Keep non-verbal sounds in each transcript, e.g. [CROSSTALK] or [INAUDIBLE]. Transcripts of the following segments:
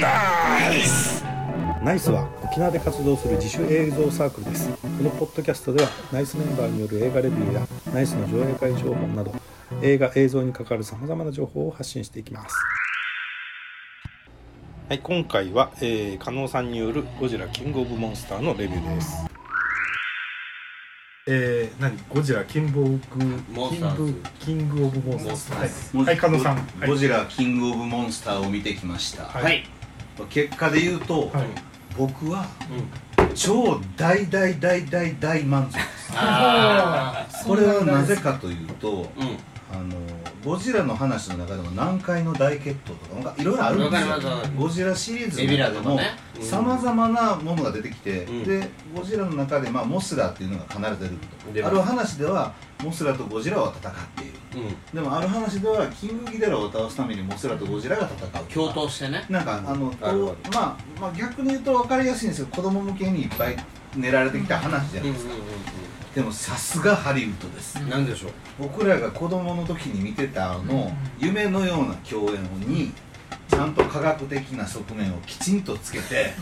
ナイスナイスは沖縄で活動する自主映像サークルですこのポッドキャストではナイスメンバーによる映画レビューやナイスの上映会情報など映画映像に関わるさまざまな情報を発信していきますはい今回は、えー、加納さんによる「ゴジラキングオブモンスター」のレビューですえー、何ゴジラキングオブモンキスタンーズグキングオブモンスターズはい、はい、加納さんはいゴジラキングオブモンスターを見てきました、はいはい結果で言うと、はい僕は超大大大大大満足ですあ [LAUGHS] これはなぜかというとーうんあのゴジラの話の中でも南海の大決闘とかなんかいろいろあるんですわかりますわかりよますゴジラシリーズエビラとのか中でもねうんさまざまなものが出てきて、うんでゴジラの中で、まあ、モスラっていうのが必ず出る出まあする話ではモスラとゴジラは戦っているうんでもある話ではキングギドラを倒すためにモスラとゴジラが戦う共闘してねなんかあのあるあるとまあ、まあ逆に言うと分かりやすいんですけど子供向けにいっぱい練られてきた話じゃうないんですか、でもさすがハリウッドです、うんなんでしょう僕らが子供の時に見てたあの夢のような共演にちゃんと科学的な側面をきちんとつけて、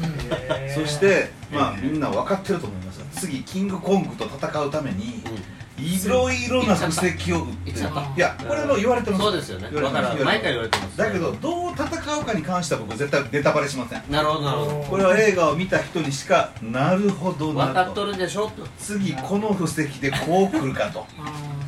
そして、まあ、みんな分かってると思いますよ次キングコングと戦うためにいろいろな布石を打っていっちゃったいやこれも言われてますそうですよね言わだれかてますら毎回言われてますだけどどう戦うかに関しては僕絶対ネタバレしませんなるほどなるほこれは映画を見た人にしかなるほどどな分かっととるでしょと次この布石でこう来るかと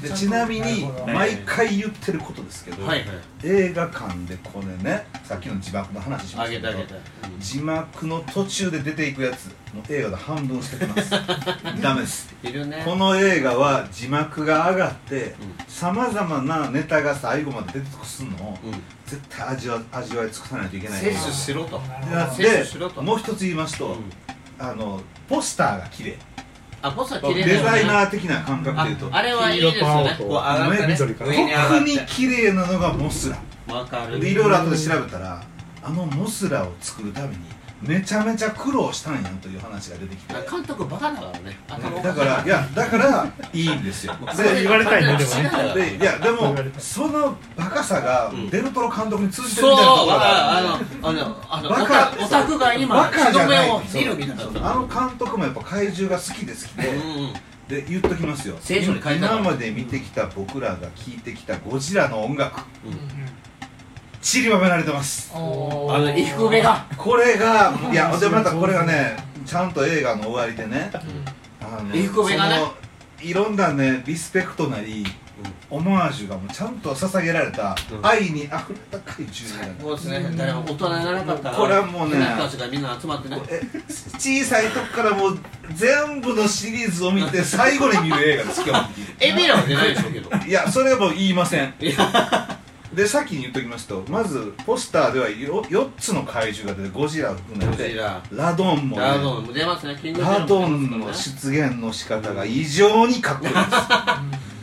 でちなみに毎回言ってることですけど、はいはい映画館でこれねさっきの字幕の話しまあしげたてけあどげて字幕の途中で出ていくやつもう映画の半分捨ててます [LAUGHS] ダメですいるねこの映画は字幕が上がってうんさまざまなネタが最後まで出てくるのをうん絶対味わ味わい尽くさないといけない摂取しろと摂取しろでともう一つ言いますと、うんあのポスターが綺麗あポスター綺麗だデよねザイナー的な感覚で言うとああれはいいですよね黄色と青とこう上がってね緑かな上に上がっ特にて綺麗なのがモスラわかるでいろいろ後で調べたらあのモスラを作るためにめちゃめちゃ苦労したんやという話が出てきてあ監督バカだからね頭おだしいからいやだからいいんですよ [LAUGHS] それで言われたいねでもね違うよでいそやでう言もわれたそのバカさがデルトロ監督に通じてそるうみたいなところがあるああのあのあのバオカタオタクが今バカ日じのゃない目を見るみたいなそうあの監督もやっぱ怪獣が好きで好きで、うんうんで言っときますよ聖書に書いてある今まで見てきた僕らが聴いてきたゴジラの音楽散りばめられてますあの衣服目がこれがいやでまたこれがねちゃんと映画の終わりでねあのリフコメがねそのいろんなねリスペクトなりオマージュがもうちゃんと捧げられたうん愛にあふれた怪獣なんだそうですね誰も大人にならなかったらこれはもうね変な人たちがみんな集まってねえ小さい時からもう全部のシリーズを見て最後に見る映画です基本的にエビラは出ないでしょう [LAUGHS] けどいやそれはもう言いませんいで先に言っときますとまずポスターではよ4つの怪獣が出てゴジラを含めゴジてララドンも、ね、ラドンも出ますねキングラドンもの出ますか出現の仕方が異常にかっこい [LAUGHS] いです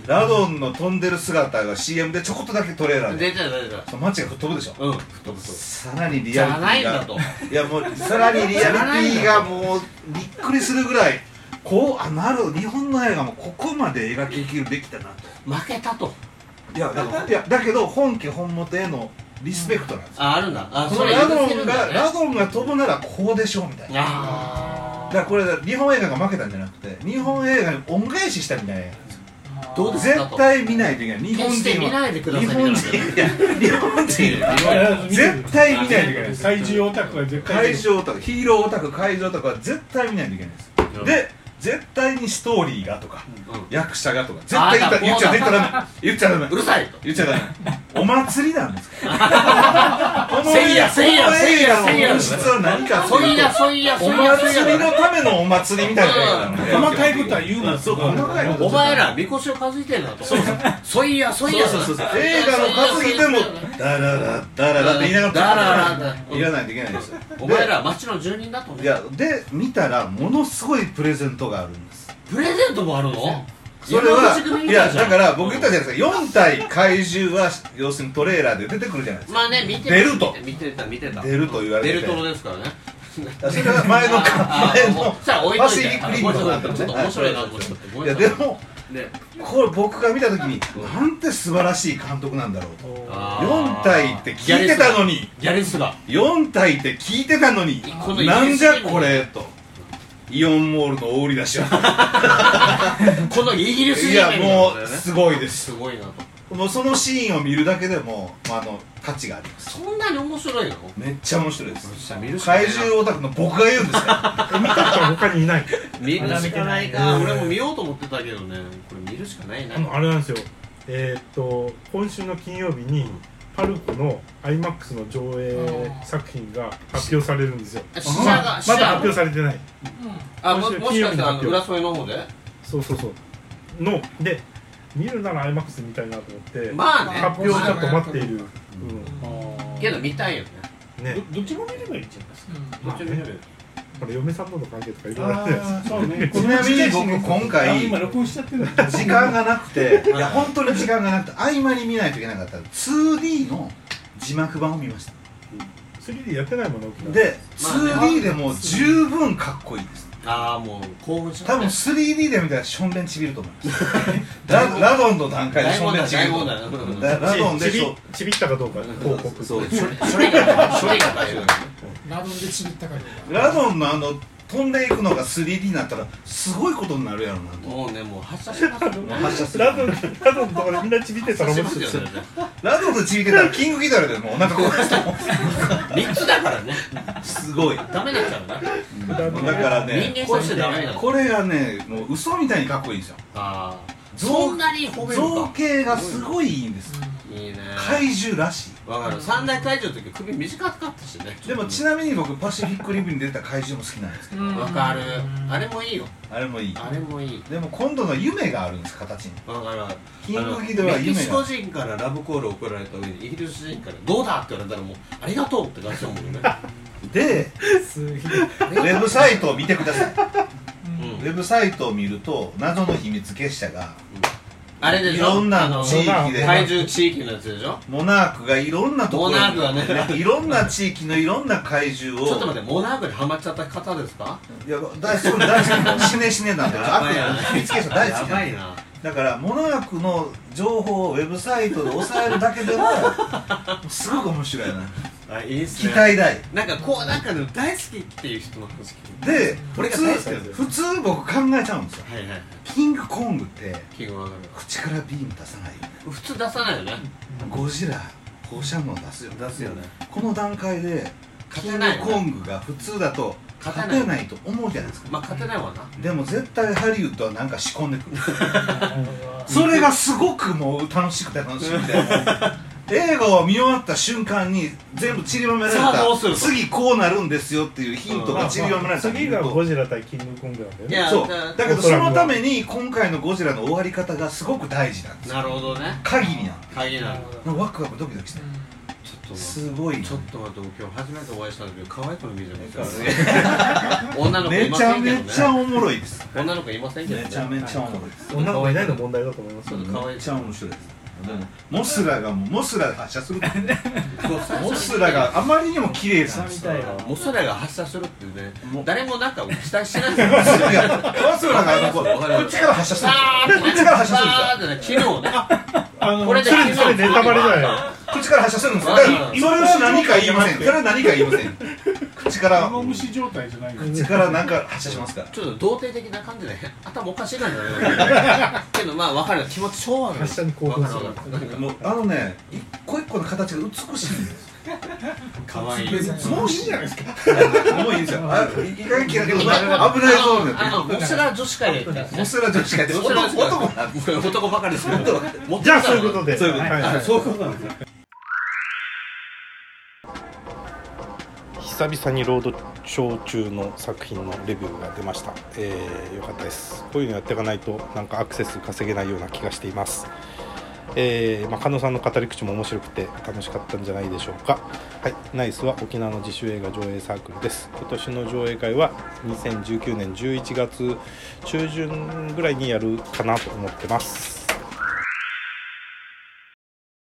ラドンの飛んでる姿が CM でちょこっとだけトレーラらーねで出てる出てるそう街が吹っ飛ぶでしょうん太ぶとさらにリじアリゃテないィんだがといやもうさらにリアリティがもうびっくりするぐらいこうあなるほど日本の映画もここまで描ききるべきだなと負けたといやだいやだけど本家本元へのリスペクトなんですよ、ああるんだあこそのれラド許せるンんが、だねラドンが飛ぶならこうでしょうみたいなだあからこれ日本映画が負けたんじゃなくて日本映画に恩返ししたみたいな映画なんですよーどうですか絶と対見ないといけない日本決して人見はないでくださ日いみたい本な人いや日本人は絶絶対見ないといけないです怪獣オタクは絶対怪獣オタクヒーローオタク怪獣オタクは絶対見ないといけないんですで絶対にストーリーがとか、うん役者がとか絶対言ったあー言っちゃ絶対ダメ言っちゃダメうるさいと言っちゃダメお祭りなんですから [LAUGHS] このせいやせいやこの映画のせいや本質は何かそといいうとやそいやそおいやそい祭りやのためのお祭りみたいな映画なので細かいことは言うなそう細かいことお前らみこしを担いでんだとそうそいやそいやそうそうそう映画の担ぎでもダララダララって言いながらダララいらないといけないですよお前ら町の住人だとでねいやで見たらものすごいプレゼントがあるんですプレゼントもあるのそれは山口組いみたやじゃんだから僕言ったじゃないですか4体怪獣は要するにトレーラーで出てくるじゃないですかまあね見て出ると見てた見てた出ると言われてて出るとですからねそれは前 [LAUGHS] のああ前のあもうさあ置いといてファシリクリームあもうちょっととかちょっと面白いなと思っちゃってごいめんやなさでもねこれ僕が見た時になんて素晴らしい監督なんだろうとあー4体って聞いてたのにギャレスが4体って聞いてたのにこのなんじゃこれとイオンモールの大売り出しはこのイギリスい人間やもなんだようねすごいですすごいなともうそのシーンを見るだけでも、まあ、あの価値がありますそんなに面白いのめっちゃ面白いですさ見るしかない怪な獣オタクの僕が言うんですから見た人は他にいない見るしかないかうん俺も見ようと思ってたけどねこれ見るしかないなあのあれなんですよえーっと今週の金曜日にパルコの IMAX の上映作品が発表されるんですよあ試写がまだ発試表写されてないあも今週もしかし金曜日てあに発の表浦添の方でそうそうそうので見るなら IMAX で見たいなと思って、まあね発表をちょっと待っている、けど見たいよねうん、ねどどっちも見ればいいんじゃないですかどっちも見ればいいこれ嫁さんとの関係とかいろいろあってそうねちなみに僕今回あ今録音しちゃってる時間がなくていや本当に時間がなくて合間に見ないといけなかった 2D の字幕版を見ました 3D やってないもの沖縄でまあね 2D でも十分かっこいいですああもう興奮し多分ね 3D で見たらしょんべんちびると思います [LAUGHS] ララドンの段階で大しょん問べ題んちび大ると問題う思うんララドンでちしょびちびったかどうか報告そう処理が処理が大事だねラドンでちびったかどうラドンのあの飛んでいくのが 3D になったらすごいことになるやろうなともうねもう発射しますよもう発 [LAUGHS] 射するラドンラドンのところでみんなちびってたら面白いですよねラドンのちびけたらキングギドラでもうお [LAUGHS] 腹壊したもん3つだからねすごいだダメだからねからね人間としてダメだこれがねもう嘘みたいにかっこいいんですよああ造そんなに褒める造か形がすごいいいんですいいね怪獣らしいわかる三大怪獣の時首短かったしねでもちななみに僕パシフィックリブに出た怪獣も好きなんですけどわかるあれもいいよあれもいいあれもいいでも今度の夢があるんです形にわかるわかるキングギドラはあのメキ夢シコが人からラブコールを送られた上にイギリス人から「どうだ?」って言われたらもう「ありがとう」って感じだも [LAUGHS] んねですげえウェブサイトを見てく [LAUGHS] ださいうん [LAUGHS] ウェブサイトを見ると謎の秘密結社があれでしょいろんあなの地域で怪獣地域のやつでしょモナークがいろんなところにモナークはねいろんな地域のいろんな怪ち獣をょっと待ってモナークにハマっちゃった方ですかいや大好き大好き死ね死ねなんでやば悪いなや秘密結社大好やきばなんいでなだからモナークの情報をウェブサイトで抑えるだけで [LAUGHS] もすごく面白いなあいいっす期ね待大なんかこうなんかでも大好きっていう人の話聞くで俺普が通大好きなんですよ普通僕考えちゃうんですよはいはいはいキングコングってキングわか口からビーム出さないよねる普通出さないよねゴジラ放射能出すよ出すよねこの段階で勝て勝てないないコングが普通だと勝て勝ないてないと思うじゃないですかまあ勝てないわなでも絶対ハリウッドはなんか仕込んでくるそれがすごくもう楽しくて楽しくて映画を見終わった瞬間に全部散りばめられさあどうするたと次こうなるんですよっていうヒントまがあ散りばめまらあれた次がゴジラ対キングコングなんだよいねやそうだだけどそのために今回のゴジラの終わり方がすごく大事なんですよなるほどね鍵になって鍵なのちょるワクワクドキドキしてっとすごいちょっと待って僕今日初めてお会いしたんだけど可愛い子の見じゃないですか女の子いめまちせゃんけめちゃどねおもろいです女の子いませんけどめねちゃめちゃおもろいです女の子いないの問題だと思いますちょよっと可愛めいちゃ面白いですでもモスラがもうモスラが発射するって [LAUGHS] ねモモスラがあまりにも綺麗なんですよモスラが発射するってねもう誰もなんか期待してないですよモスラがモスラがあのこうこっちから発射するさーんですよこっちから発射するんですよさーってね昨日ねあのこれでそれそれネタバレじゃないの [LAUGHS] 口から発射するんですよだからうんそれは何か言いませんそれは何か言いません口から芋虫状態じゃないよ口からなんか発射しますからちょっと童貞的な感じで頭おかしいなじゃないけどまあ分かる気持ち昭和なの発射に興奮するわかるわかるもうあのね一個一個の形が美しいん [LAUGHS] ですかわいいもういいんじゃないですかもういいんですよあいい加減切られて危ないゾーンにあなのってモスラ女子会でるモスラ女子会って男男なんで男男ばかりですけどもっじゃあそういうことでそういうことはいはいそういうことなんですよ久々にロードショー中の作品のレビューが出ました、えー、よかったですこういうのやっていかないとなんかアクセス稼げないような気がしていますえーまあ、加納さんの語り口も面白くて楽しかったんじゃないでしょうかはいナイスは沖縄の自主映画上映サークルです今年の上映会は2019年11月中旬ぐらいにやるかなと思ってます